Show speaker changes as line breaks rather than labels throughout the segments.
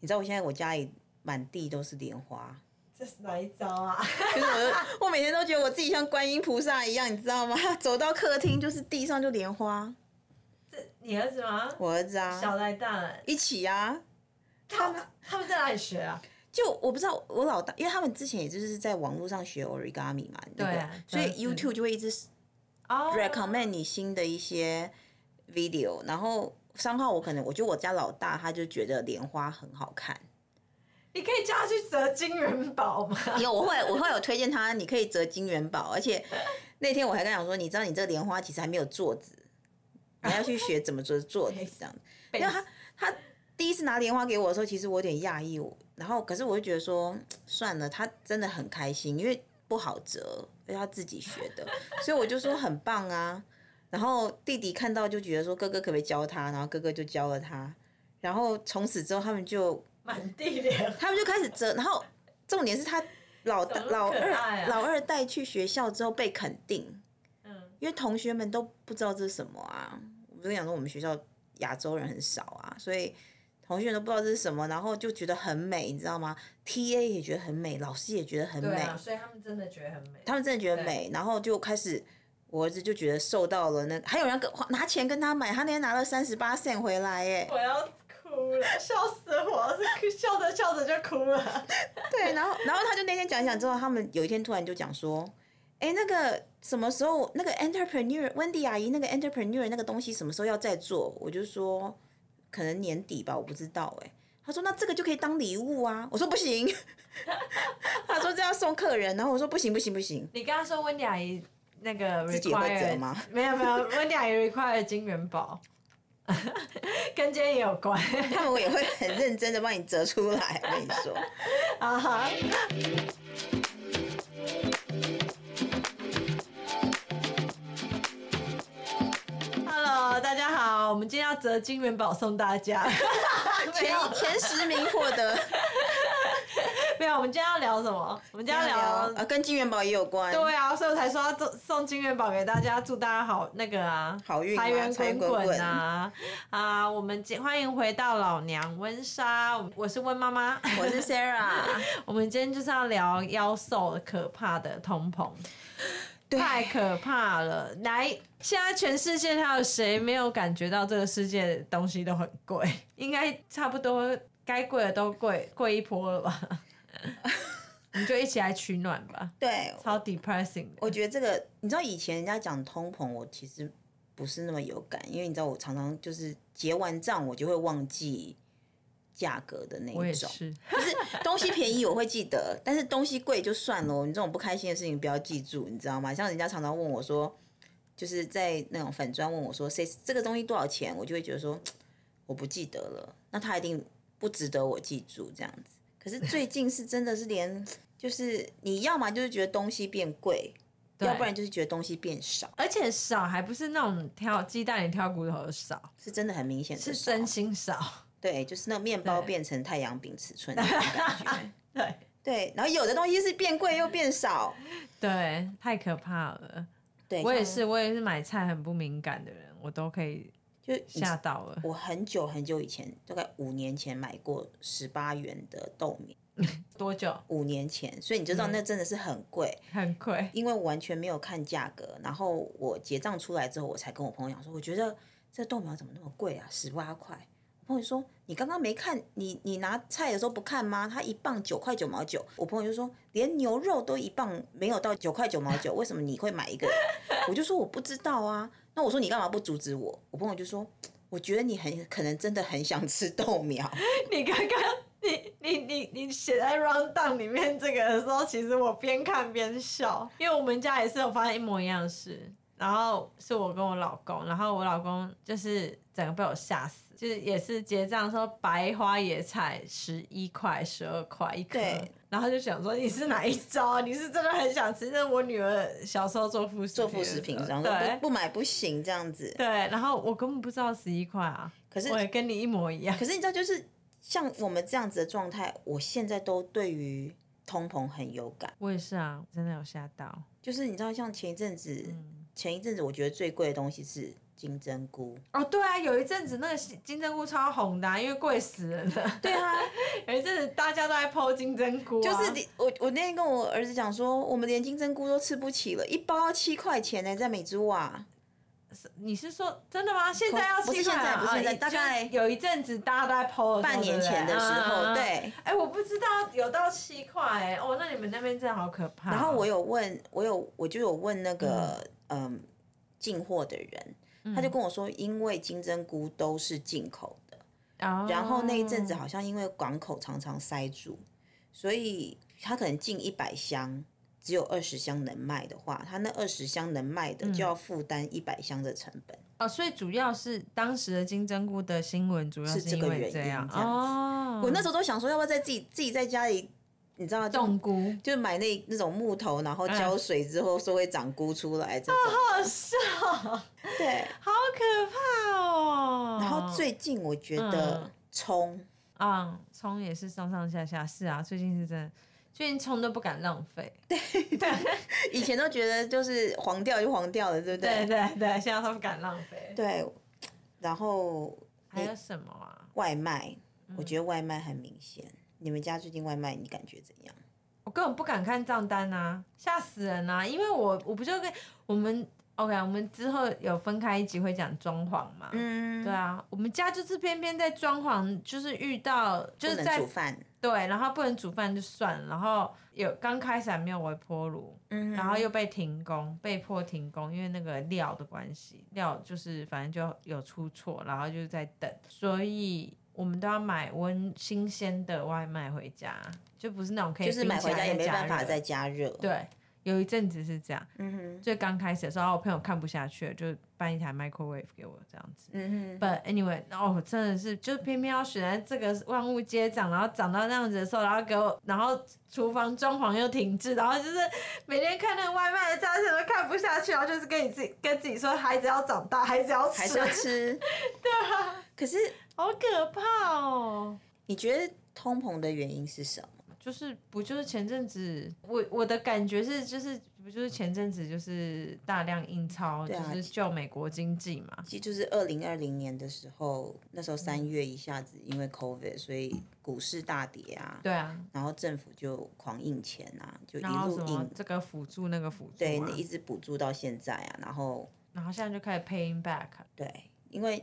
你知道我现在我家里满地都是莲花，
这是哪一招啊？
就是我我每天都觉得我自己像观音菩萨一样，你知道吗？ 走到客厅就是地上就莲花，
你儿子吗？
我儿子啊，
小来大人，
一起啊，
他们他们在哪里学啊？
就我不知道我老大，因为他们之前也就是在网络上学 origami 嘛，那
对
个
啊
所以
嗯
YouTube 就会一直
哦
recommend 你新的一些 video，然后三号我可能我觉得我家老大他就觉得莲花很好看，
你可以叫他去折金元宝吗？
有我会我会有推荐他，你可以折金元宝，而且那天我还跟他讲说，你知道你这莲花其实还没有坐子，你要去学怎么折坐子这样子， 因为他他第一次拿莲花给我的时候，其实我有点讶异，我然后可是我就觉得说嗯算了，他真的很开心，因为不好折，因为他自己学的，所以我就说很棒啊。然后弟弟看到就觉得说哥哥可不可以教他，然后哥哥就教了他，然后从此之后他们就
满地莲，
他们就开始折，然后重点是他老大、
怎么那
老
么可
二、
爱啊
老二带去学校之后被肯定，
嗯，
因为同学们都不知道这是什么啊。我们就讲说我们学校亚洲人很少啊，所以同学们都不知道这是什么，然后就觉得很美，你知道吗？T A 也觉得很美，老师也觉得很
对
美，
啊，所以他们真的觉得很美。
他们真的觉得美，然后就开始。我儿子就觉得受到了那，还有人跟拿钱跟他买，他那天拿了三十八 cent 回来耶，
我要哭了，笑死我！是笑着笑着就哭了。
对，然后然后他就那天讲一讲之后，他们有一天突然就讲说，哎，那个什么时候那个 entrepreneur Wendy 阿姨那个 entrepreneur 那个东西什么时候要再做？我就说可能年底吧，我不知道哎、他说那这个就可以当礼物啊，我说不行， 他说这要送客人，然后我说不行不行不行，
你刚刚说温迪阿姨那个 require
自己会折吗
没有没有，温迪阿姨 require 金元宝， 跟今天也有关。
他们也会很认真的帮你折出来，我跟你说。
啊哈！Hello，大家好，我们今天要折金元宝送 大家。没
前
有
前十名获得，
没有，我们今天要聊什么？我们今天要
啊，
聊。
跟金元宝也有关，
对啊，所以我才说要送送金元宝给大家，祝大家好那个啊，
好运啊
财源
财源
滚
滚滚
滚啊！啊，我们今欢迎回到老娘温莎，我我是温妈妈，
我是 Sarah。
我们今天就是要聊妖兽可怕的通膨， 太可怕了！来，现在全世界还有谁没有感觉到这个世界的东西都很贵？ 应该差不多该贵的都贵贵一波了吧？ 我们就一起来取暖吧，
对，
超 depressing 的。
我觉得这个，你知道以前人家讲通膨，我其实不是那么有感，因为你知道我常常就是结完账，我就会忘记价格的那
我也
一种。
是，
就是 东西便宜我会记得，但是东西贵就算了。你这种不开心的事情不要记住，你知道吗？像人家常常问我说，就是在那种粉砖问我说，谁这个东西多少钱，我就会觉得说我不记得了，那它一定不值得我记住这样子。可是最近是真的是连，就是你要么就是觉得东西变贵，要不然就是觉得东西变少，
而且少还不是那种挑鸡蛋里挑骨头的少，
是真的很明显的
是
少
真心少。
对，就是那面包
对
变成太阳饼尺寸的那种感觉。
对
对，然后有的东西是变贵又变少。
对，太可怕了。
对，
我也
像
是，我也是买菜很不敏感的人，我都可以
就你
吓到了。
我很久很久以前，大概五年前买过十八元的豆米，
多久？
五年前，所以你就知道那真的是很贵，
很贵。
因为我完全没有看价格。然后我结账出来之后，我才跟我朋友讲说，我觉得这豆苗怎么那么贵啊，十八块。我朋友说：“你刚刚没看你你拿菜的时候不看吗？它一磅九块九毛九。”我朋友就说：“连牛肉都一磅没有到九块九毛九，为什么你会买一个？”我就说：“我不知道啊。”那我说：“你干嘛不阻止我？”我朋友就说：“我觉得你很可能真的很想吃豆苗。”
你刚刚你你你你写在 round down 里面这个的时候，其实我边看边笑，因为我们家也是有发生一模一样的事。然后是我跟我老公，然后我老公就是整个被我吓死，就是也是结账说白花野菜十一块、十二块一颗
对，
然后就想说你是哪一招啊？你是真的很想吃？那我女儿小时候做副
做
做
副食品，然后说
对
不不买不行这样子。
对，然后我根本不知道十一块啊，可
是
我也跟你一模一样。
可是你知道，就是像我们这样子的状态，我现在都对于通膨很有感。
我也是啊，真的有吓到。嗯
嗯就是你知道，像前一阵子，前一阵子我觉得最贵的东西是金针菇。
哦，对啊，有一阵子那个金针菇超红的、啊，因为贵死人了。
对啊，
有一阵子大家都在剖金针菇、啊，
就是你我我那天跟我儿子讲说，我们连金针菇都吃不起了，一包要七块钱呢、在美珠啊。
你是说真的吗？现在要
不是
七块
现在
啊
不是现在
哦
大概
就是有一阵子大家都在剖的时候
半年前的时候
哦对不对。嗯嗯
对
嗯哎，我不知道有到七块哎，哦，那你们那边真的好可怕哦。
然后我有问，我有我就有问那个嗯进货的人，
嗯
他就跟我说，因为金针菇都是进口的，
哦，
然后那一阵子好像因为港口常常塞住，所以他可能进一百箱，只有二十箱能卖的话，他那二十箱能卖
嗯
的就要负担一百箱的成本。
哦，所以主要是当时的金针菇的新闻，主要
是这
因
个
为
原因
样。
这样子
哦，
我那时候都想说，要不要在自己自己在家里，你知道吗就
冻菇，
就买那那种木头，然后
嗯
浇水之后说会长菇出来这种。
好笑，
对，
好可怕哦。
然后最近我觉得
嗯
葱。
啊，葱也是上上下下，是啊，最近是真的，最近葱都不敢浪费。对
以前都觉得就是黄掉就黄掉了，对不对？
对对对，现在都不敢浪费。
对然后
还有什么啊？
外卖，我觉得外卖很明显。你们家最近外卖你感觉怎样？
我根本不敢看账单啊，吓死人啊！因为我我不就跟我们 OK，我们之后有分开一集会讲装潢嘛。
嗯，
对啊，我们家就是偏偏在装潢，就是遇到
不
就是
能
在
煮饭，
对，然后不能煮饭就算了，然后有刚开始还没有微波炉，
嗯，
然后又被停工，被迫停工，因为那个料的关系，料就是反正就有出错，然后就是在等，所以我们都要买温新鲜的外卖回家，就不是那种可以
就是买
冰起
回
来
家也
再
没
加
办法
热
再加热。，
对。有一阵子是这样，
嗯哼，
最刚开始的时候，然啊后我朋友看不下去了，就搬一台 microwave 给我这样子。
嗯哼，
But anyway，哦，真的是，就偏偏要选在这个万物皆涨，然后涨到那样子的时候，然后给我，然后厨房装潢又停滞，然后就是每天看那个外卖的价钱都看不下去，然后就是跟你自己跟自己说，孩子要长大，孩子要
还
吃
是，要吃。 对啊。可是
好可怕哦。
你觉得通膨的原因是什么？
就是不就是前阵子我我的感觉是就是不就是前阵子就是大量印钞，
对
就
啊
是救美国经济嘛。
其实就是二零二零年的时候，那时候三月一下子因为 COVID，所以股市大跌啊。
对啊，
然后政府就狂印钱啊，就一
然后
路
什么
印，
这个辅助那个辅助、啊，
对，那一直补助到现在啊。然后
然后现在就开始 paying back。
对，因为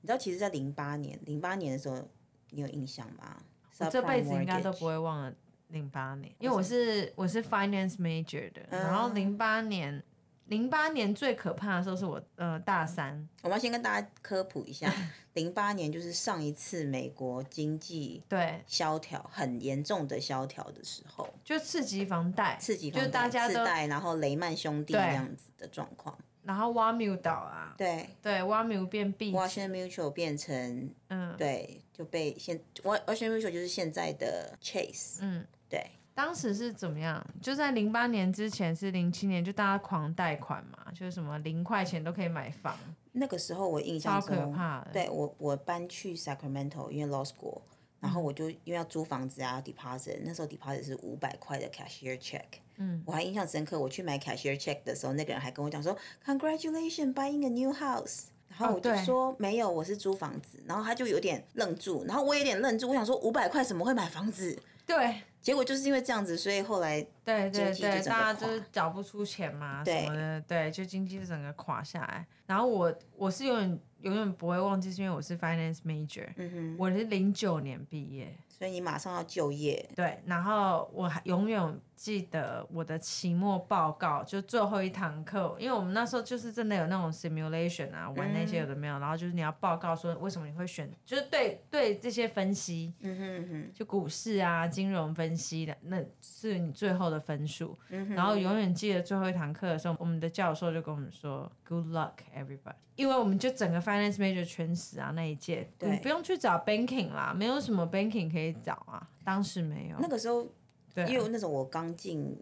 你知道，其实，在零八年，零八年的时候，你有印象吗？
我这
Subprime
辈子应该都
mortgage
不会忘了零八年，因为我是我是 finance major 的，
嗯
然后零八年零八年最可怕的时候是我呃大三，
我们要先跟大家科普一 下，零八年就是上一次美国经济
对，
萧条很严重的萧条的时候，
就次级房贷，
刺激
就大家
次
都，
贷，然后雷曼兄弟
对
那样子的状况。
然后挖 m 岛啊，
对
对，挖 m 变币，
，Washington Mutual 变成
嗯
对就被现 Washington Mutual 就是现在的 Chase，
嗯。
对。
当时是怎么样？就在零八年之前是零七年，就大家狂贷款嘛，就是什么零块钱都可以买房，
那个时候我印象
超可
中，
怕的
对我我搬去 Sacramento，因为 law school，然
嗯
后我就因为要租房子啊，deposit，那时候 deposit 是五百块的 cashier check。嗯，我还印象深刻，我去买 cashier check 的时候，那个人还跟我讲说，Congratulations buying a new house。然后
哦
我就
对
说、没有，我是租房子。然后他就有点愣住，然后我有点愣住，我想说五百块怎么会买房子？
对，
结果就是因为这样子，所以后来
对
经
对
济就
对，
整个
大家就
垮
是缴不出钱嘛，
对
什么的，对，就经济就整个垮下来。然后我我是永远永远不会忘记，是因为我是 finance major，、
嗯哼，
我是零九年毕业，
所以你马上要就业，
对，然后我还永远记得我的期末报告，就最后一堂课，因为我们那时候就是真的有那种 simulation 啊，玩那些
嗯
有的没有，然后就是你要报告说为什么你会选，就是对对这些分析，
嗯哼嗯哼，
就股市啊、金融分析的，那是你最后的分数。
嗯哼
然后永远记得最后一堂课的时候，我们的教授就跟我们说：“Good luck, everybody。”因为我们就整个 finance major 全死啊那一届，
对
你不用去找 banking 啦，没有什么 banking 可以找啊，当时没有。
那个时候
对啊、
因为那时候我刚进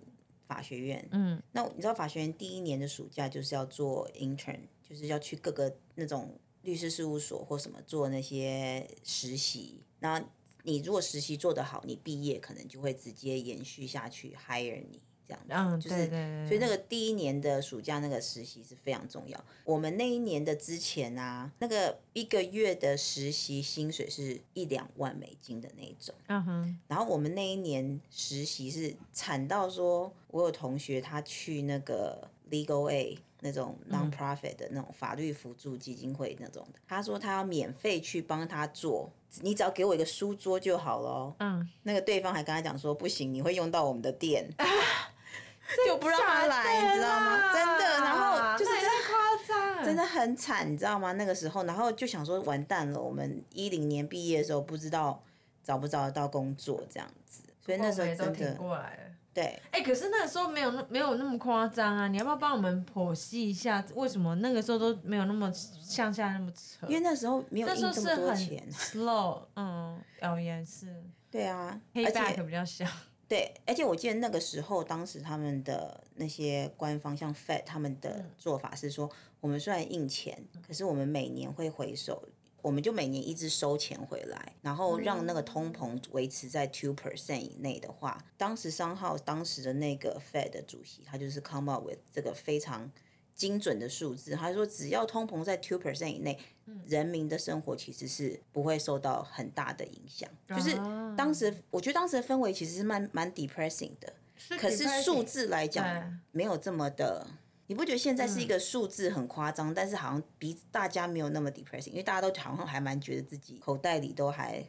法学院，
嗯，
那你知道法学院第一年的暑假就是要做 intern，就是要去各个那种律师事务所或什么做那些实习。那你如果实习做得好，你毕业可能就会直接延续下去 hire 你这这样子，就
嗯，对
是
对对
所以那个第一年的暑假那个实习是非常重要。我们那一年的之前啊，那个一个月的实习薪水是一两万美金的那一种。
嗯哼，
然后我们那一年实习是惨到说，我有同学他去那个 Legal A 那种
嗯
non-profit 的那种法律辅助基金会那种的，他说他要免费去帮他做，你只要给我一个书桌就好咯。
嗯，
那个对方还跟他讲说，不行，你会用到我们的电。 就不让他来，
啊真
你
的
知道吗？
啦
真的，然后就是
那也
真的
太夸张，
真的很惨，你知道吗？那个时候，然后就想说完蛋了，我们一零年毕业的时候不知道找不找得到工作这样子，所以那时候
我们也都
真
挺
的
过来了。
对，
哎、可是那个时候没有那没有那么夸张啊！你要不要帮我们剖析一下，为什么那个时候都没有那么向下那么扯？
因为那时候没有
那时
印
候
这
是
么多
很
钱，
slow，嗯，表演是
对啊，
黑
而
back
且
比较小，
对，而且我记得那个时候，当时他们的那些官方像 Fed 他们的做法是说，我们虽然印钱，可是我们每年会回收。我们就每年一直收钱回来，然后让那个通膨维持在 two percent 以内的话，当时商号当时的那个 Fed 的主席，他就是 come up with 这个非常精准的数字，他说只要通膨在 two percent 以内，人民的生活其实是不会受到很大的影响。就是
啊
当时我觉得当时的氛围其实是蛮蛮 depressing 的，
啊
可是数字来
对
讲没有这么的。你不觉得现在是一个数字很夸张，但是好像比大家没有那么 depressing，因为大家都好像还蛮觉得自己口袋里都还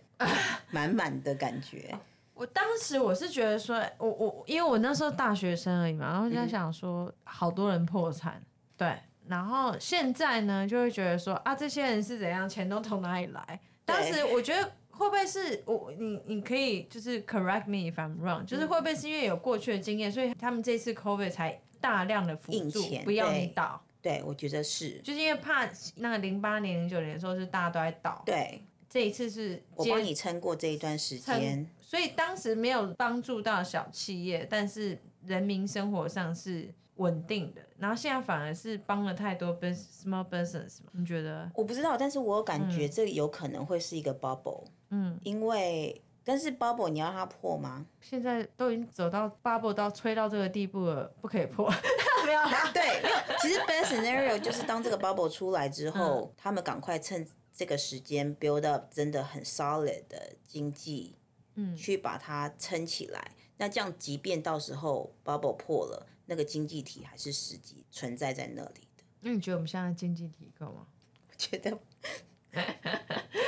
满满的感觉。
我当时我是觉得说，我我因为我那时候大学生而已嘛，然后就
嗯
在想说，好多人破产，对，然后现在呢就会觉得说啊，这些人是怎样，钱都从哪里来？当时我觉得会不会是我你你可以就是 correct me if I'm wrong，就是
嗯
会不会是因为有过去的经验，所以他们这次 COVID 才大量的辅
印
助
钱，
不要你
对
倒，
对，我觉得是
就是因为怕那个零八年零九年的时候是大家都在倒，
对。
这一次是
我
接
帮你撑过这一段时间，
所以当时没有帮助到小企业，但是人民生活上是稳定的。然后现在反而是帮了太多 business small business 嘛？你觉得？
我不知道，但是我有感觉这有可能会是一个 bubble，
嗯，
因为但是 bubble 你要让它破吗？
现在都已经走到 bubble 到吹到这个地步了，不可以破， 没有啦。
对，没有。其实 best scenario 就是当这 个 bubble 出来之后，
嗯
他们赶快趁这个时间 build up 真的很 solid 的经济，
嗯
去把它撑起来。那这样，即便到时候 bubble 破了，那个经济体还是实际存在在那里的。
那你觉得我们现在经济体够吗？
我觉得，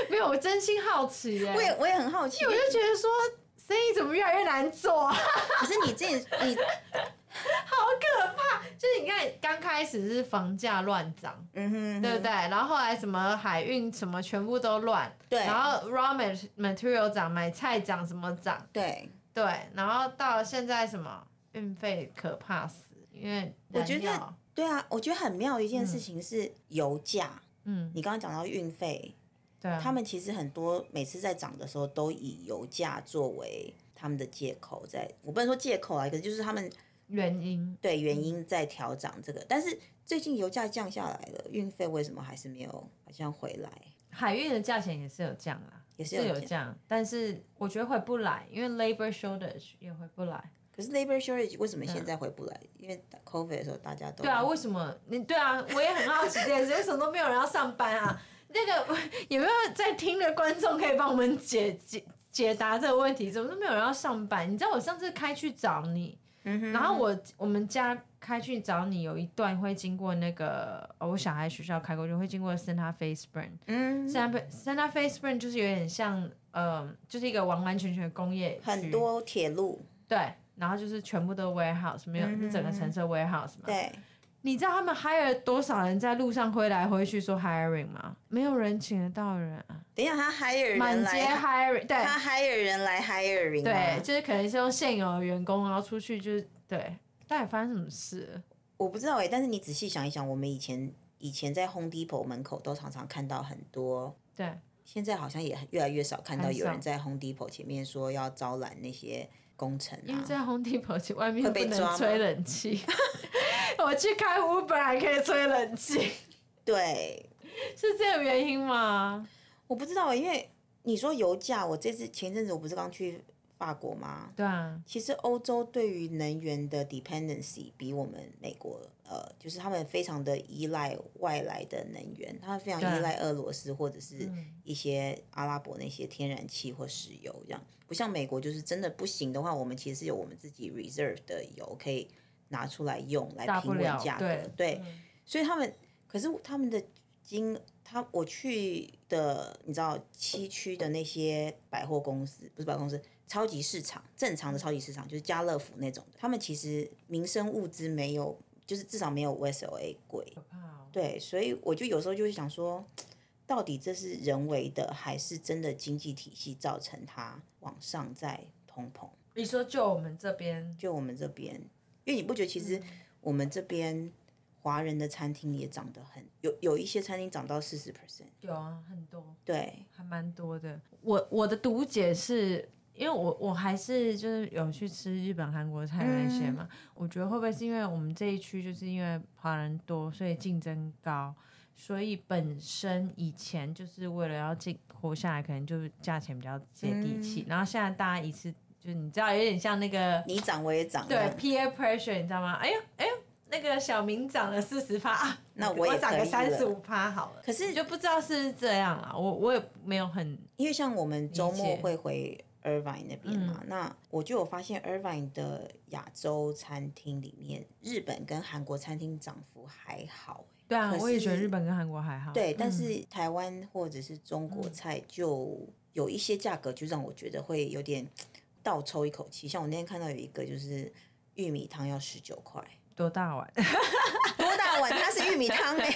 没有，我真心好奇耶、
我也我也很好奇
我，就觉得说生意怎么越来越难做啊？
可是你这你
好可怕！就是你看，刚开始是房价乱涨，
嗯哼，
对不对？然后后来什么海运什么全部都乱，
对
然后 raw mat- material 涨，买菜涨，什么涨，
对，
对，然后到了现在什么运费可怕死，因为
我觉得
燃料
对啊，我觉得很妙的一件事情是油价。
嗯，
你刚刚讲到运费，
对啊，
他们其实很多每次在涨的时候，都以油价作为他们的借口在，我不能说借口啊，可是就是他们
原因
对原因在调涨这个。但是最近油价降下来了，运费为什么还是没有好像回来？
海运的价钱也是有降啦，也
是有
有
降
降，但是我觉得回不来，因为 labor shortage 也回不来。
可是 labor shortage 为什么现在回不来？因为 COVID 的时候大家都
嗯对啊，为什么你对啊？ 我也很好奇这件事，为什么都没有人要上班啊？ 那个有没有在听的观众可以帮我们解解解答这个问题？怎么都没有人要上班？你知道我上次开去找你，
嗯
然后我我们家开去找你，有一段会经过那个、哦、我小孩学校开过去，会经过 Santa Fe Spring。
嗯
Santa Fe- Santa Fe Spring 就是有点像，嗯、就是一个完完全全的工业区
很多铁路
对，然后就是全部都 warehouse，没有、
嗯哼
整个城市的 warehouse 嘛。
对
你知道他们 hire 多少人在路上挥来挥去说 hiring 吗？没有人请得到人啊，
等一下他 hire
满
人
街
来，
hiring，对
他 hire 人来 hiring 啊
对，就是可能是用现有的员工，然后出去就是对，到底发生什么事了？
我不知道哎、但是你仔细想一想，我们以前以前在 Home Depot 门口都常常看到很多，
对，
现在好像也越来越少看到
很少
有人在 Home Depot 前面说要招揽那些工程
因为
啊。
在 Home Depot 外面
会
不
被抓
能
吗
吹冷气， 我去开 Uber 还可以吹冷气，
对，
是这个原因吗？
我不知道欸、因为你说油价，我这次前阵子我不是刚去法国吗？
对啊，
其实欧洲对于能源的 dependency 比我们美国呃，就是他们非常的依赖外来的能源，他们非常
对啊
依赖俄罗斯或者是
嗯
一些阿拉伯那些天然气或石油这样，不像美国就是真的不行的话，我们其实是有我们自己 reserve 的油可以拿出来用来
大
平
不
稳
了
价格，
对
对，
嗯
所以他们，可是他们的金，他我去的，你知道西区的那些百货公司，不是百货公司，超级市场，正常的超级市场就是家乐福那种的，他们其实民生物资没有，就是至少没有 USLA 贵，
可怕哦。
对，所以我就有时候就会想说，到底这是人为的，还是真的经济体系造成它往上在通膨？
你说就我们这边，
就我们这边，因为你不觉得其实我们这边华人的餐厅也涨得很，有有一些餐厅涨到四十 percent，
有啊，很多，
对，
还蛮多的。我我的读解是。因为我我还是就是有去吃日本、韩国菜
嗯
那些嘛，我觉得会不会是因为我们这一区就是因为华人多，所以竞争高，所以本身以前就是为了要进活下来，可能就是价钱比较接
嗯
地气，然后现在大家一次就是你知道有点像那个
你涨我也涨，
对 peer pressure，你知道吗？哎呦哎呦，那个小明涨了四十趴，啊
那
我
我也
涨个
可以
三
了
十五趴好了。
可是
就不知道是不是这样啦，我我也没有很
因为像我们周
理
末
解嗯
会回 Irvine 那边嘛，那我就有发现 Irvine 的亚洲餐厅里面，日本跟韩国餐厅涨幅还好、欸
对啊
可，是
我也觉得日本跟韩国还好。
对，
嗯
但是台湾或者是中国菜就有一些价格，就让我觉得会有点倒抽一口气。像我那天看到有一个就是玉米汤要十九块，
多大碗？
多大碗？它是玉米汤哎、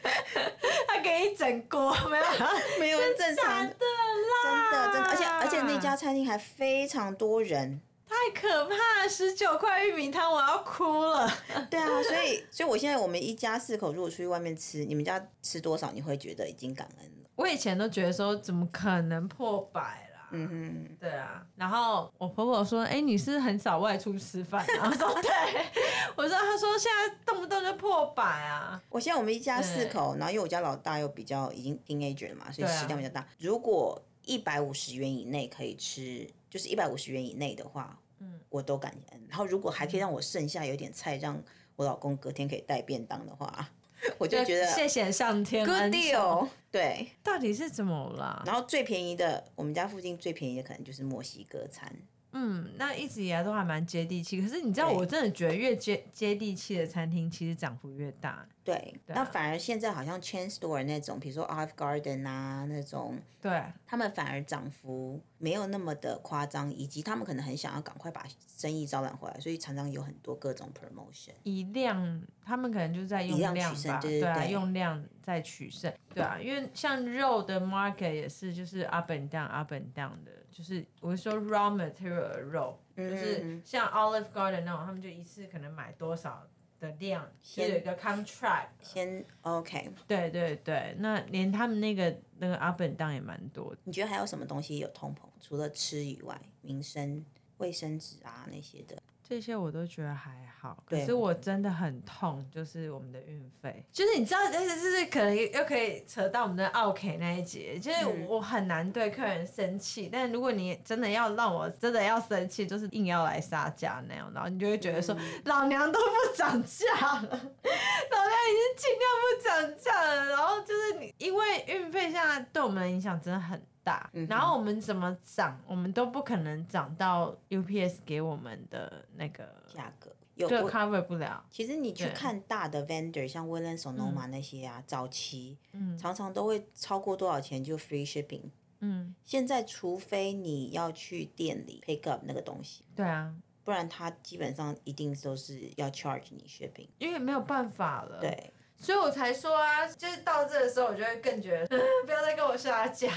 他给一整锅没 有？
没有正常
真的
真的
啦，
真的，而且而且那家餐厅还非常多人。
太可怕，十九块玉米汤我要哭了。
对啊，所以所以我现在我们一家四口如果出去外面吃，你们家吃多少你会觉得已经感恩了？
我以前都觉得说怎么可能破百啦，
嗯哼，
对啊，然后我婆婆说：“哎、你是很少外出吃饭？”然后 我说：“对。”我说：“她说现在动不动就破百啊。
我现在我们一家四口，然后因为我家老大又比较已经 teenager 了嘛，所以
对啊
食量比较大。如果一百五十元以内可以吃，就是一百五十元以内的话，嗯，我都感恩。然后如果还可以让我剩下有点菜，让我老公隔天可以带便当的话， 我”就觉得
谢谢上天
good
恩宠
deal。对，
到底是怎么啦？
然后最便宜的，我们家附近最便宜的可能就是墨西哥餐。
嗯，那一直以来都还蛮接地气。可是你知道，
对
我真的觉得越接接地气的餐厅，其实涨幅越大。
对，
对
那
啊
反而现在好像 chain store 那种，比如说 Olive Garden 啊那种，
对，
他们反而涨幅没有那么的夸张，以及他们可能很想要赶快把生意招揽回来，所以常常有很多各种 promotion。
以量，他们可能就在用
以量取胜
吧，
对对
啊，
对
用量在取胜，对啊，因为像肉的 market 也是就是 up and down up and down 的，就是我是说 raw material 的肉，就是
嗯
像 Olive Garden 那种，他们就一次可能买多少的量，就
先
有一个 contract，
先 OK，
对对对，那连他们那个那个 up and down 也蛮多的，
你觉得还有什么东西有通膨？除了吃以外，民生、卫生纸啊那些的，
这些我都觉得还好，可
对
是我真的很痛，就是我们的运费，就是你知道，但是就是可能又可以扯到我们的奥 K 那一节，就是
嗯
我很难对客人生气，但如果你真的要让我真的要生气，就是硬要来杀价那样，然后你就会觉得说， 老娘都不涨价了，老娘已经尽量不涨价了，然后就是你因为运费现在对我们的影响真的很大，
嗯哼
然后我们怎么涨，我们都不可能涨到 UPS 给我们的那个。
价格有
就
我
cover 不了。
其实你去
对
看大的 vendor，像 w i l l i a m Sonoma 那些啊，早期
嗯
常常都会超过多少钱就 free shipping。
嗯，
现在除非你要去店里 pick up 那个东西，
对啊，
不然它基本上一定都是要 charge 你 shipping。
因为没有办法了。，
对，
所以我才说啊，就是到这的时候，我就会更觉得 不要再跟我下 架，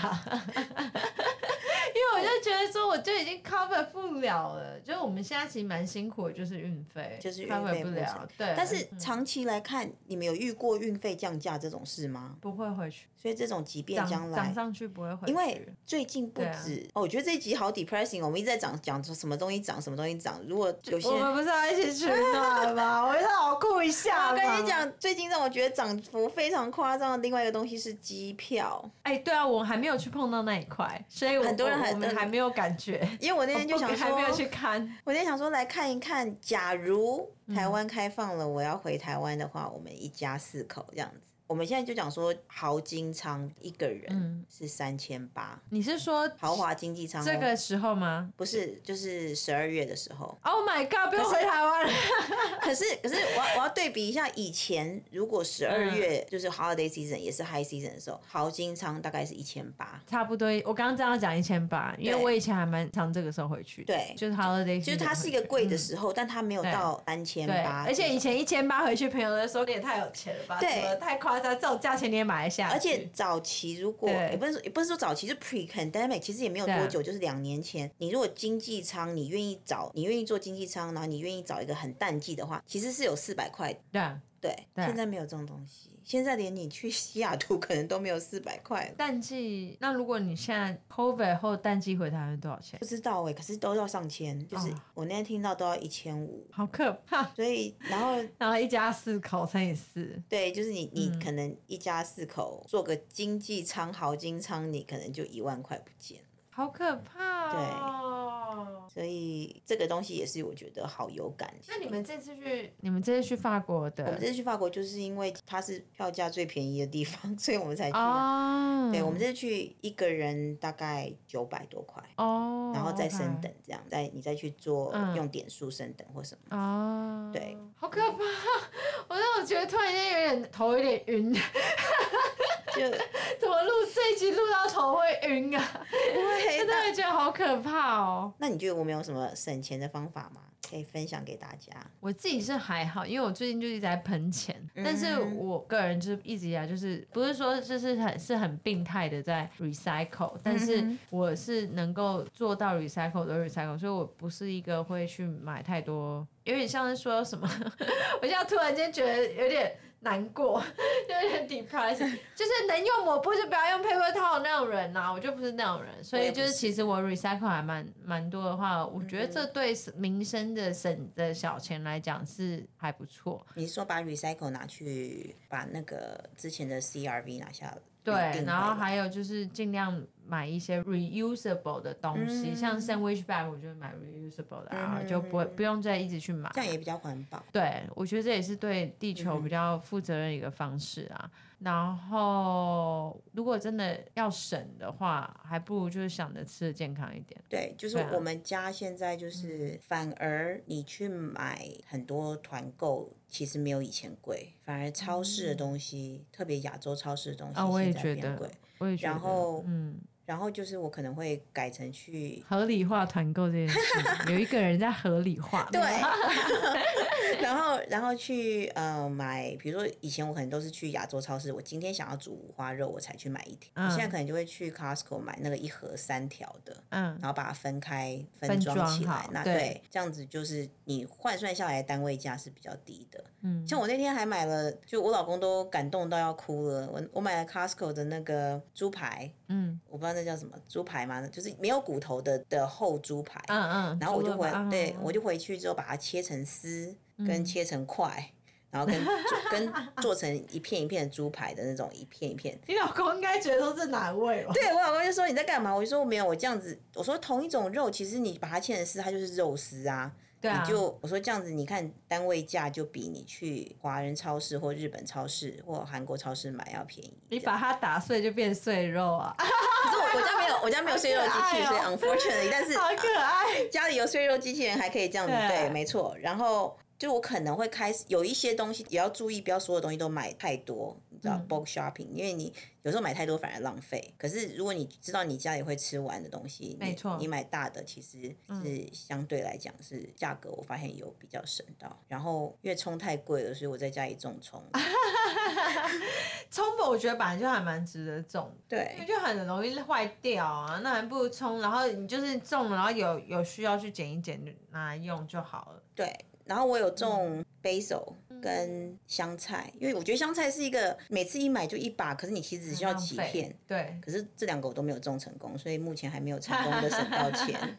因为我就觉得说，我就已经 cover 不了了。就是我们现在其实蛮辛苦的，就是运费，
就是运
cover
费
不
目
了
前。
对，
但是
嗯
长期来看，你们有遇过运费降价这种事吗？
不会回去，
所以这种即便
涨
将
涨
来，
上去不会回去，
因为最近不
对啊
止、哦，我觉得这一集好 depressing，哦我们一直在讲讲什么东西涨，什么东西涨。如果有些
我们不是要一起取暖吗？ 我要好酷一下。
我跟你。讲，最近让我觉得涨幅非常夸张的另外一个东西是机票。
哎、对啊，我还没有去碰到那一块，所以我呃
很多人
我
还
我们还没有感学，
因为我那天就
哦我
想
还没有
说，
去看。
我那天想说来看一看，假如台湾开放了，我要回台湾的话，我们一家四口这样子。我们现在就讲说，豪金舱一个人
嗯
是三千八，
你是说
豪华经济舱哦
这个时候吗
不是就是十二月的时候。
？Oh my god！不用回台湾了。
可是可是我要我要对比一下，以前如果十二
嗯
月就是 holiday season 也是 high season 的时候，豪金舱大概是一千八，
差不多，我刚刚这样讲一千八，因为
对
我以前还蛮常这个时候回去的，
对
就是 holiday，
就是它是一个贵的时候，但它没有
嗯对
到三千
候，嗯对，
八，
而且以前一千八回去，朋友都说你也太有钱了吧，
对
什么太夸张，这种价钱你也买得下去，
而且早期如果
对
也不是说也不是说早期，就 pre pandemic，其实也没有
对啊
多久，就是两年前。你如果经济舱，你愿意找，你愿意做经济舱，然后你愿意找一个很淡季的话，其实是有四百块。
对啊，
对，
对啊
现在没有这种东西，现在连你去西雅图 可能都没有四百块。
淡季，那如果你现在 COVID 后淡季回台湾多少钱
不？知道哎、可是都要上千，就是
哦
我那天听到都要一千五，
好可怕！
所以然后
然后一家四口乘以四，
对，就是你
嗯
你可能一家四口做个经济舱、豪金舱，你可能就一万块不见。
好可怕哦！
所以这个东西也是我觉得好有感。
那你们这次去，你们这次去法国
我们这
的
次去法国，就是因为它是票价最便宜的地方， 所以我们才去啊。
哦？
对，我们这次去一个人大概九百多块，
哦，
然后再
OK
升等这样，再你再去做
嗯
用点数升等或什么。
哦，
对，
好可怕！我让我觉得突然间有点头有点晕，
就
怎么录这一集录到头会晕啊？
对，
真
哎那
的觉得好可怕哦。
那你觉得我们有什么省钱的方法吗？可以分享给大家。
我自己是还好，因为我最近就一直在喷钱，但是我个人就是一直以来就是不是说就是很是很病态的在 recycle，但是我是能够做到 recycle 的 recycle，所以我不是一个会去买太多，有点像是说什么， 我现在突然间觉得有点。难过， 有点 depressed，就是能用抹布就不要用 paper towel 那种人呐、啊我就不是那种人，所
我也
以
不
就是
是
其实我 recycle 还蛮蛮多的话，我觉得这对民生的省的小钱来讲是还不错。
你是说把 recycle 拿去把那个之前的 CRV 拿下来？
对
定，
然
回
后
来
还有就是尽量买一些 reusable 的东西，
嗯
像 sandwich bag，我就买 reusable 的啊，
嗯
就不会不用再一直去买。
这样也比较环保。
对，我觉得这也是对
嗯
地球比较负责任的一个方式啊。然后，如果真的要省的话，还不如就是想着吃的健康一点。
对，就是
对啊嗯
我们家现在就是，反而你去买很多团购，其实没有以前贵，反而超市的东西，特别亚洲超市的东西，
嗯啊我也
现在
觉
变
得
贵。
我也觉得，
然后
嗯，
然后就是我可能会改成去，
合理化团购这件事， 有一个人在合理化。
对， 然后然后去呃买，比如说以前我可能都是去亚洲超市，我今天想要煮五花肉，我才去买一条，我现在
嗯
可能就会去 Costco 买那个一盒三条的，
嗯，
然后把它分开分
分
装
装
起来
好，
那
对
对，这样子就是你换算下来的单位价是比较低的。
嗯，
像我那天还买了，就我老公都感动到要哭了。我我买了 Costco 的那个猪排，
嗯
我不知道那叫什么猪排吗？就是没有骨头的的厚猪排。
嗯嗯，
然后我就
猪肉
回
吧，嗯
对
嗯
我就回去之后把它切成丝，跟切成块，然后跟做 跟做成一片一片的猪排的那种一片一片。
你老公应该觉得说是哪位吧？
对我老公就说你在干嘛？我就说没有，我这样子，我说同一种肉，其实你把它切成丝，它就是肉丝啊。
对啊，
你就我说这样子，你看单位价就比你去华人超市或日本超市或韩国超市买要便宜。
你把它打碎就变碎肉啊，
可是我我家没有我家没有碎肉机器，
好
所
可
以
爱哦
unfortunately，但是
好可爱。
家里有碎肉机器人还可以这样子，
对
对，没错。然后就我可能会开始有一些东西也要注意，不要所有东西都买太多，你知道、bulk
嗯
shopping，因为你有时候买太多反而浪费。可是如果你知道你家里会吃完的东西，你
没错嗯
你买大的其实是相对来讲是价格，我发现有比较省到。然后因为葱太贵了，所以我在家里种 葱，
葱我觉得本来就还蛮值得种的。因
对。
为就很容易坏掉啊，那还不如冲，然后你就是种了，然后有有需要去剪一剪，就拿来用就好了。
对，然后我有种 basil
嗯
跟香菜，因为我觉得香菜是一个每次一买就一把，可是你其实只需要
浪
几
费
片，
对，
可是这两个我都没有中成功，所以目前还没有成功的省到钱。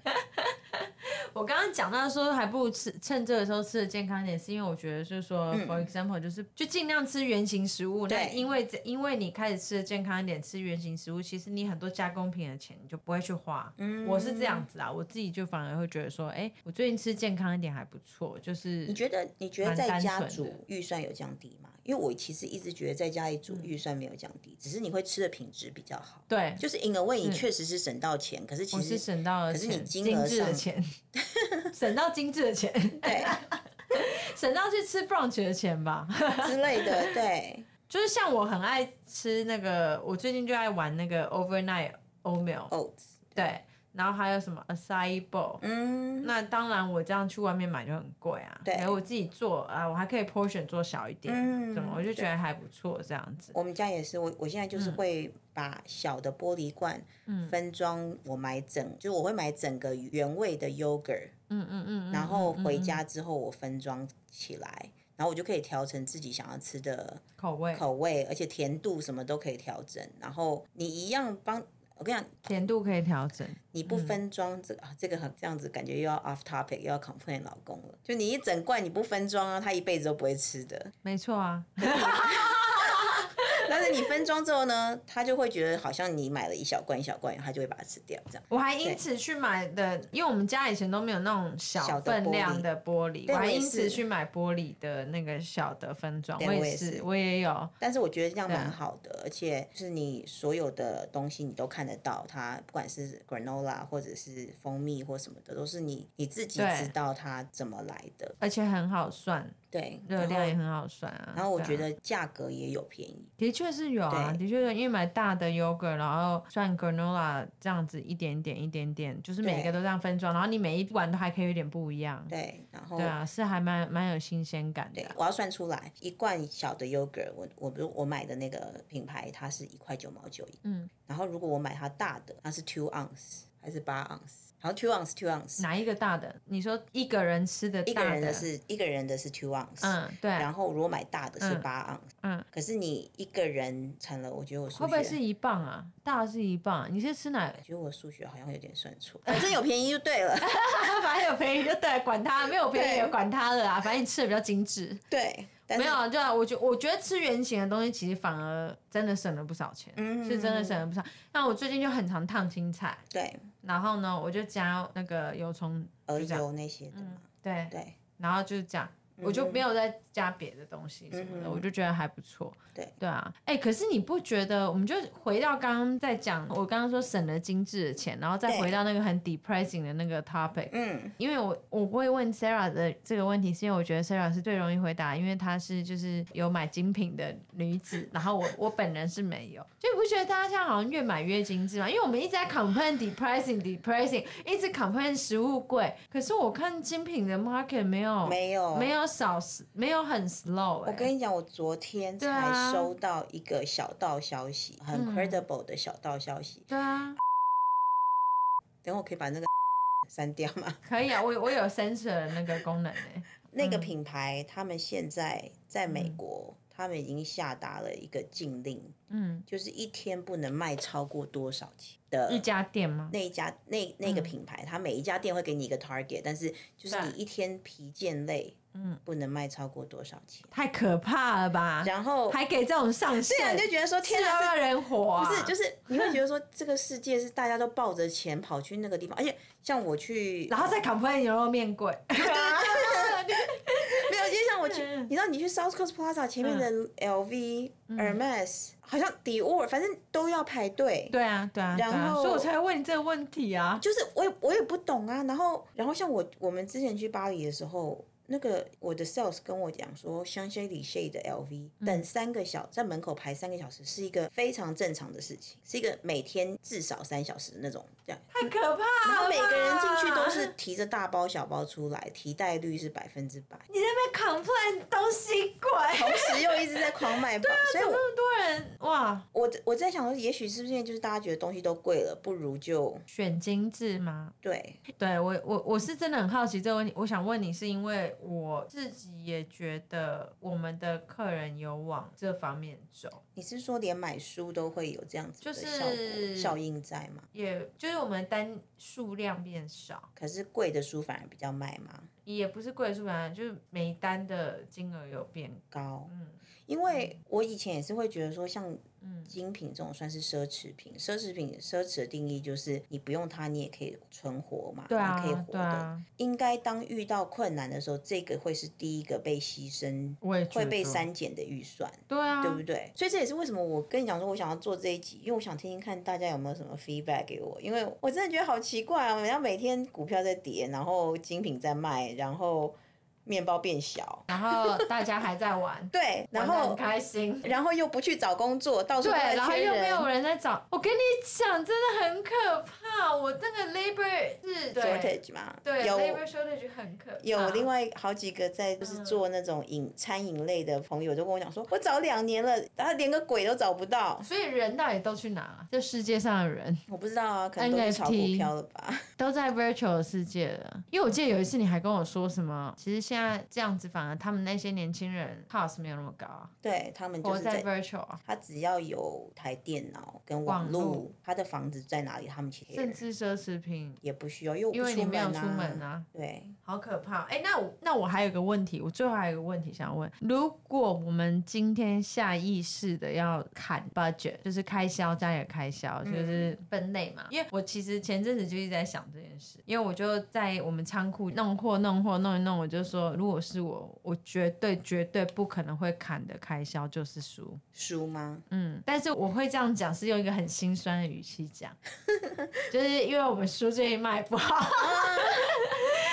我刚刚讲到说，还不如吃趁这个时候吃的健康一点，是因为我觉得就是说、f o r example，就是就尽量吃原形食物。
嗯对
那因为这因为你开始吃的健康一点，吃原形食物，其实你很多加工品的钱你就不会去花。嗯，我是这样子啊，我自己就反而会觉得说，哎、我最近吃健康一点还不错，就是
你觉得你觉得
蛮
在
单
家
纯
煮
的
预算有降低吗？因为我其实一直觉得在家里煮预算没有降低，只是你会吃的品质比较好。
嗯对，嗯
就是 in a way 你确实是省到钱，可是其
我是
实
省到了
可是你
钱
金
精
额
致的
上
钱， 省到精致的钱，
对
省到去吃 brunch 的钱吧。
之类的， 对，
就是像我很爱吃那个，我最近就爱玩那个 overnight oatmeal，、
oats，
对，然后还有什么 acai bowl、
嗯，
那当然，我这样去外面买就很贵啊。
对
然后我自己做啊，我还可以 portion 做小一点，
嗯
什么我就觉得嗯还不错这样子。
我们家也是，我我现在就是会把小的玻璃罐
嗯
分装，我买整，就是我会买整个原味的 yogurt，
嗯嗯嗯。嗯
然后
嗯嗯
回家之后我分装起来，然后我就可以调成自己想要吃的
口味、
口味，而且甜度什么都可以调整。然后你一样帮我跟你讲，
甜度可以调整，
你不
嗯
分装这个、啊，这个很这样子感觉又要 off topic，又要 complain 老公了。就你一整罐你不分装啊，他一辈子都不会吃的。
没错啊。
但是你分装之后呢，他就会觉得好像你买了一小罐一小罐，他就会把它吃掉这样。
我还因此去买的，因为我们家以前都没有那种
小
小
的玻璃
分量的玻璃，
对
我还
我也
因
是
此去买玻璃的那个小的分装。
对
我
我也
也
是
是，我也有。
但是我觉得这样
啊
蛮好的，而且就是你所有的东西你都看得到，它不管是 granola 或者是蜂蜜或什么的，都是你你自己
对
知道它怎么来的。
而且很好算，
对，
热
然后
量也很好算啊。
然后我
对啊
觉得价格也有便宜，
的确是有啊，
对
的确有，因为买大的 yogurt，然后算 granola 这样子一点点一点点，就是每
对
个都这样分装，然后你每一碗都还可以有点不一样。
对，然后
对啊，是还蛮蛮有新鲜感的
对
啊。
我要算出来一罐小的 yogurt，我我比如我买的那个品牌它是一块九毛九一，
嗯，
然后如果我买它大的，它是 two ounce 还是八 ounce，好像 two ounce two ounce，
哪一个大的？你说一个人吃的
一个
大
人的
的？
是一个人的是 two ounce，
嗯，对啊，
然后如果买大的是八盎、
嗯，
可是你一个人成了，我觉得我数学
会不会是一磅啊？大的是一磅，你是吃 哪？
我觉得我数学好像有点算 错，反正有便宜就对了。
反正有便宜就对，管 它，没有便宜
对
也管它了啊，反正你吃的比较精致。
对，但
没
是
有，啊，对啊，我觉我觉得吃圆形的东西其实反而真的省了不少钱，
嗯
是真的省了不少。那我最近就很常烫青菜，
对
然后呢，我就加那个油葱，
鹅
就这样嗯
油那些的嘛，
对，
对
然后就是这样，我就没有再加别的东西什么
嗯
的，
哼
我就觉得还不错。
对
对啊，哎、可是你不觉得？我们就回到刚刚在讲，我刚刚说省了精致的钱，然后再
对
回到那个很 depressing 的那个 topic，
嗯
因为我我不会问 Sarah 的这个问题，是因为我觉得 Sarah 是最容易回答，因为她是就是有买精品的女子，然后我我本人是没有，就你不觉得大家现在好像越买越精致嘛？因为我们一直在 complain depressing depressing，一直 complain 食物贵，可是我看精品的 market 没有
没有
哦没。有少没有很 slow
哦
哎、
我跟你讲，我昨天
对啊
才收到一个小道消息，很
嗯
credible 的小道消息。
对啊，
等会我可以把那个 删掉吗？
可以啊，我我有 sensor 的那个功能哎、
那个
嗯
品牌他们现在在美
嗯
国，他们已经下达了一个禁令，
嗯，
就是一天不能卖超过多少钱的
一家店吗？
那一家那那个品牌，它每一家店会给你一个 target，但是就是
对
你一天皮件类，
嗯，
不能卖超过多少钱。
太可怕了吧！
然后
还啊给这种上
对啊，
线，
你就觉得说天
哪，
哪，
要人活、
不是就是你会觉得说这个世界是大家都抱着钱跑去那个地方，而且像我去，
然后再 complain 牛肉面贵，
啊没有，就像我去，
嗯
你知道你去 South Coast Plaza 前面的 LV、Hermes，好像 Dior，反正都要排队。
对啊，对啊，对啊
然后
所以我才会问你这个问题啊。
就是我也我也不懂啊。然后然后像我我们之前去巴黎的时候，那个我的 sales 跟我讲说，香榭里谢的 LV
嗯
等三个小在门口排三个小时是一个非常正常的事情，是一个每天至少三小时的那种这样。
太可怕
然
了吧！
后每个人进去都是提着大包小包出来，提袋率是百分之百，
你在那边 complain 东西贵，
同时又一直在狂买包，所以我
啊那么多人哇，
我我在想说，也许是不是因为就是大家觉得东西都贵了，不如就
选精致吗？
对
对我我我是真的很好奇这个问题，我想问你是因为我自己也觉得我们的客人有往这方面走，
你是说连买书都会有这样子的
就
效果、
是
效应在吗？
也就是我们单数量变少，
可是贵的书反而比较卖吗？
也不是贵的数量，就是每一单的金额有变。
高，
嗯，
因为我以前也是会觉得说，像
嗯
精品这种算是奢侈品，奢侈品奢侈的定义就是你不用它你也可以存活嘛，
对啊
你可以活，
对
的。
啊，
应该当遇到困难的时候，这个会是第一个被牺牲、
我也觉
会被
得
删减的预算。
对啊，
对不对？所以这也是为什么我跟你讲说，我想要做这一集，因为我想听听看大家有没有什么 feedback 给我，因为我真的觉得好奇怪啊！人家每天股票在跌，然后精品在卖，然后面包变小，，
然后大家还在玩
对，然
玩得
后
很开心。
然后又不去找工作，到处
对
都，在
然后
缺
又没有
人。
人在找，我跟你讲，真的很可怕。我那个 labor 是对
shortage 嘛，
对
有
labor shortage 很可怕。
有另外好几个在
嗯
就是做那种饮餐饮类的朋友都跟我讲说，我找两年了，他连个鬼都找不到。
所以人到底都去哪了？这世界上的人
我不知道啊，可能都是炒股
NFT
票了吧。
都在 virtual 的世界了。因为我记得有一次你还跟我说什么，其实现在这样子反而他们那些年轻人 cost 没有那么高啊，
对他们就
活
是在
在 virtual 啊，
他只要有台电脑跟网
网络
络，他的房子在哪里，他们其
甚
实
至奢侈品，
也不需要，因为我不
因为你
出
没有
门啊
出门啊。
对，
好可怕！哎、那我那我还有一个问题，我最后还有一个问题想问：如果我们今天下意识的要砍 budget，就是开销家里的开销，就是分类嘛？因为我其实前阵子就一直在想这件事，因为我就在我们仓库弄货、弄货、弄一弄，我就说，如果是我，我绝对绝对不可能会砍的开销就是书。
书吗？
嗯，但是我会这样讲，是用一个很心酸的语气讲， 就是因为我们书最近卖不好，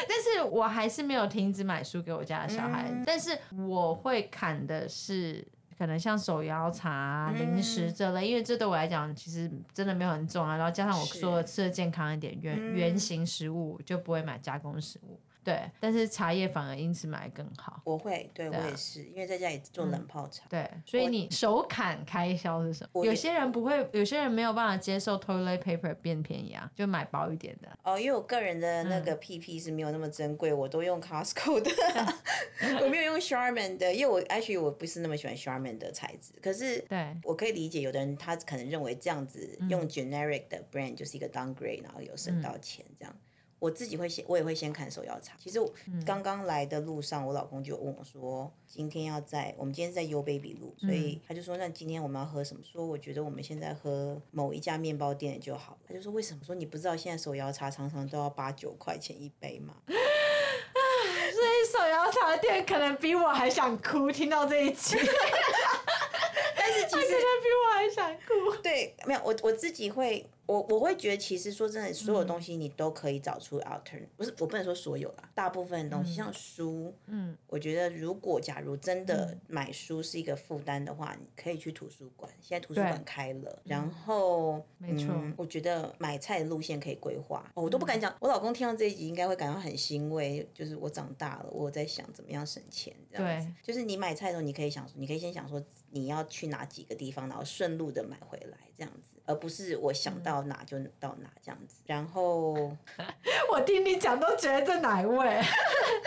但是我还是没有停止买书给我家的小孩，
嗯
但是我会砍的是。可能像手摇茶啊、
嗯
零食这类，因为这对我来讲其实真的没有很重要。然后加上我
是
说的吃的健康一点，原
嗯
原型食物我就不会买加工食物。对，但是茶叶反而因此买得更好。
我会，对
对啊嗯
我也是，因为在家里做冷泡茶。
对，所以
我
你手砍开销是什么？
我
有
也
些人不会，有些人没有办法接受 toilet paper 变便宜啊，就买薄一点的。
哦，因为我个人的那个 PP 是没有那么珍贵，我都用 Costco 的，我没有用 Charmin 的，因为我 actually 我不是那么喜欢 Charmin 的材质，可是。
对，
我可以理解，有的人他可能认为这样子用 generic 的 brand 就是一个 downgrade，然后有省到钱这样。我自己会先，我也会先看手摇茶。其实我刚刚来的路上，我老公就问我说：“今天要在我们今天是在 U Baby 录，所以他就说那今天我们要喝什么？”说我觉得我们现在喝某一家面包店的就好了。他就说：“为什么？”说你不知道现在手摇茶常常都要八九块钱一杯吗？
所以手摇茶店可能比我还想哭，听到这一 集，可能比
但是其实
我还想哭。
对，没有我我自己会，我我会觉得，其实说真的，所有东西你都可以找出 altern，、不是我不能说所有啦，大部分的东西、像书，
嗯，
我觉得如果假如真的买书是一个负担的话，你可以去图书馆，现在图书
对嗯
馆开了，然后
没错嗯
嗯我觉得买菜的路线可以规划。哦，我都不敢讲，我老公听到这一集应该会感到很欣慰，就是我长大了，我有在想怎么样省钱这样子。就是你买菜的时候，你可以想，你可以先想说你要去哪几个地方，然后顺路的买回来这样子，而不是我
嗯
想到哪就到哪这样子。然后
我听你讲都觉得这哪一位？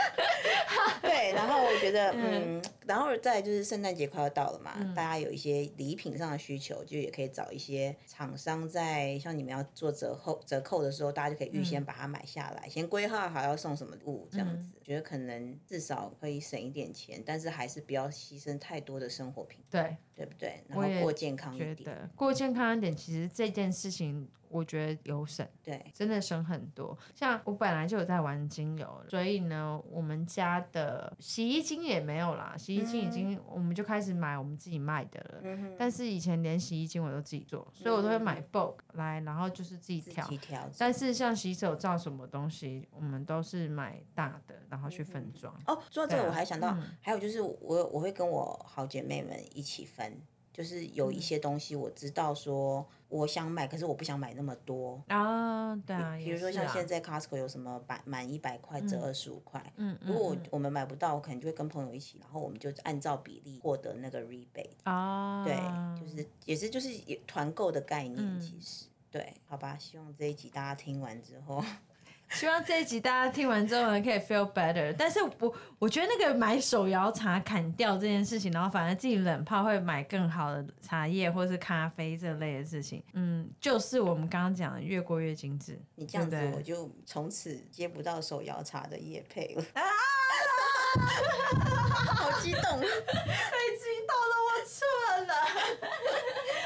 对，然后我觉得，嗯，然后再来就是圣诞节快要到了嘛，
嗯
大家有一些礼品上的需求，就也可以找一些厂商在像你们要做折扣折扣的时候，大家就可以预
嗯
先把它买下来，先规划好要送什么物这样子。觉得可能至少可以省一点钱，但是还是不要牺牲太多的生活品，
对，
对不对？然
我
后
也
过健康一
觉
点，
得过健康一点，其实这件事情我觉得有省。
对，
真的省很多。像我本来就有在玩精油，所以呢，我们家的洗衣精也没有啦，洗衣
嗯
精已经、我们就开始买我们自己卖的了。但是以前连洗衣精我都自己做，所以我都会买 bulk 来，然后就是自己
嗯自
调。
己调整。
但是像洗手皂什么东西，我们都是买大的，然后去分装。
哦，说到这
对
个，
啊
我还想到，还有就是我我会跟我好姐妹们一起分，就是有
嗯
一些东西我知道说我想买，可是我不想买那么多。
啊，对啊，
比如说
也是啊
像现在 Costco 有什么百满一百块折二十五块，
嗯
如果我
嗯
我们买不到，我可能就会跟朋友一起，然后我们就按照比例获得那个 rebate。
啊，
对，就是也是就是也团购的概念，
嗯
其实、对，好吧，希望这一集大家听完之后
希望这一集大家听完之后呢，可以 feel better。但是我我觉得那个买手摇茶砍掉这件事情，然后反而自己冷泡会买更好的茶叶或是咖啡这类的事情，嗯，就是我们刚刚讲的越过越精致。
你这样子
对不对
我就从此接不到手摇茶的叶配了。
啊
好激动！
被激动了，我错了。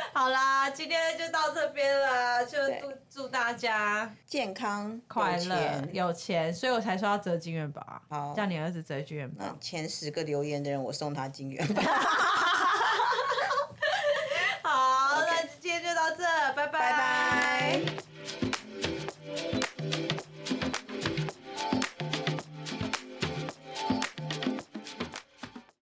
好啦，今天就到这边了，就
对
祝祝大家
健康
快
有
乐
钱
有钱，所以我才说要折金元宝啊
好，嗯
叫你儿子折金元宝。
那前十个留言的人，我送他金元宝。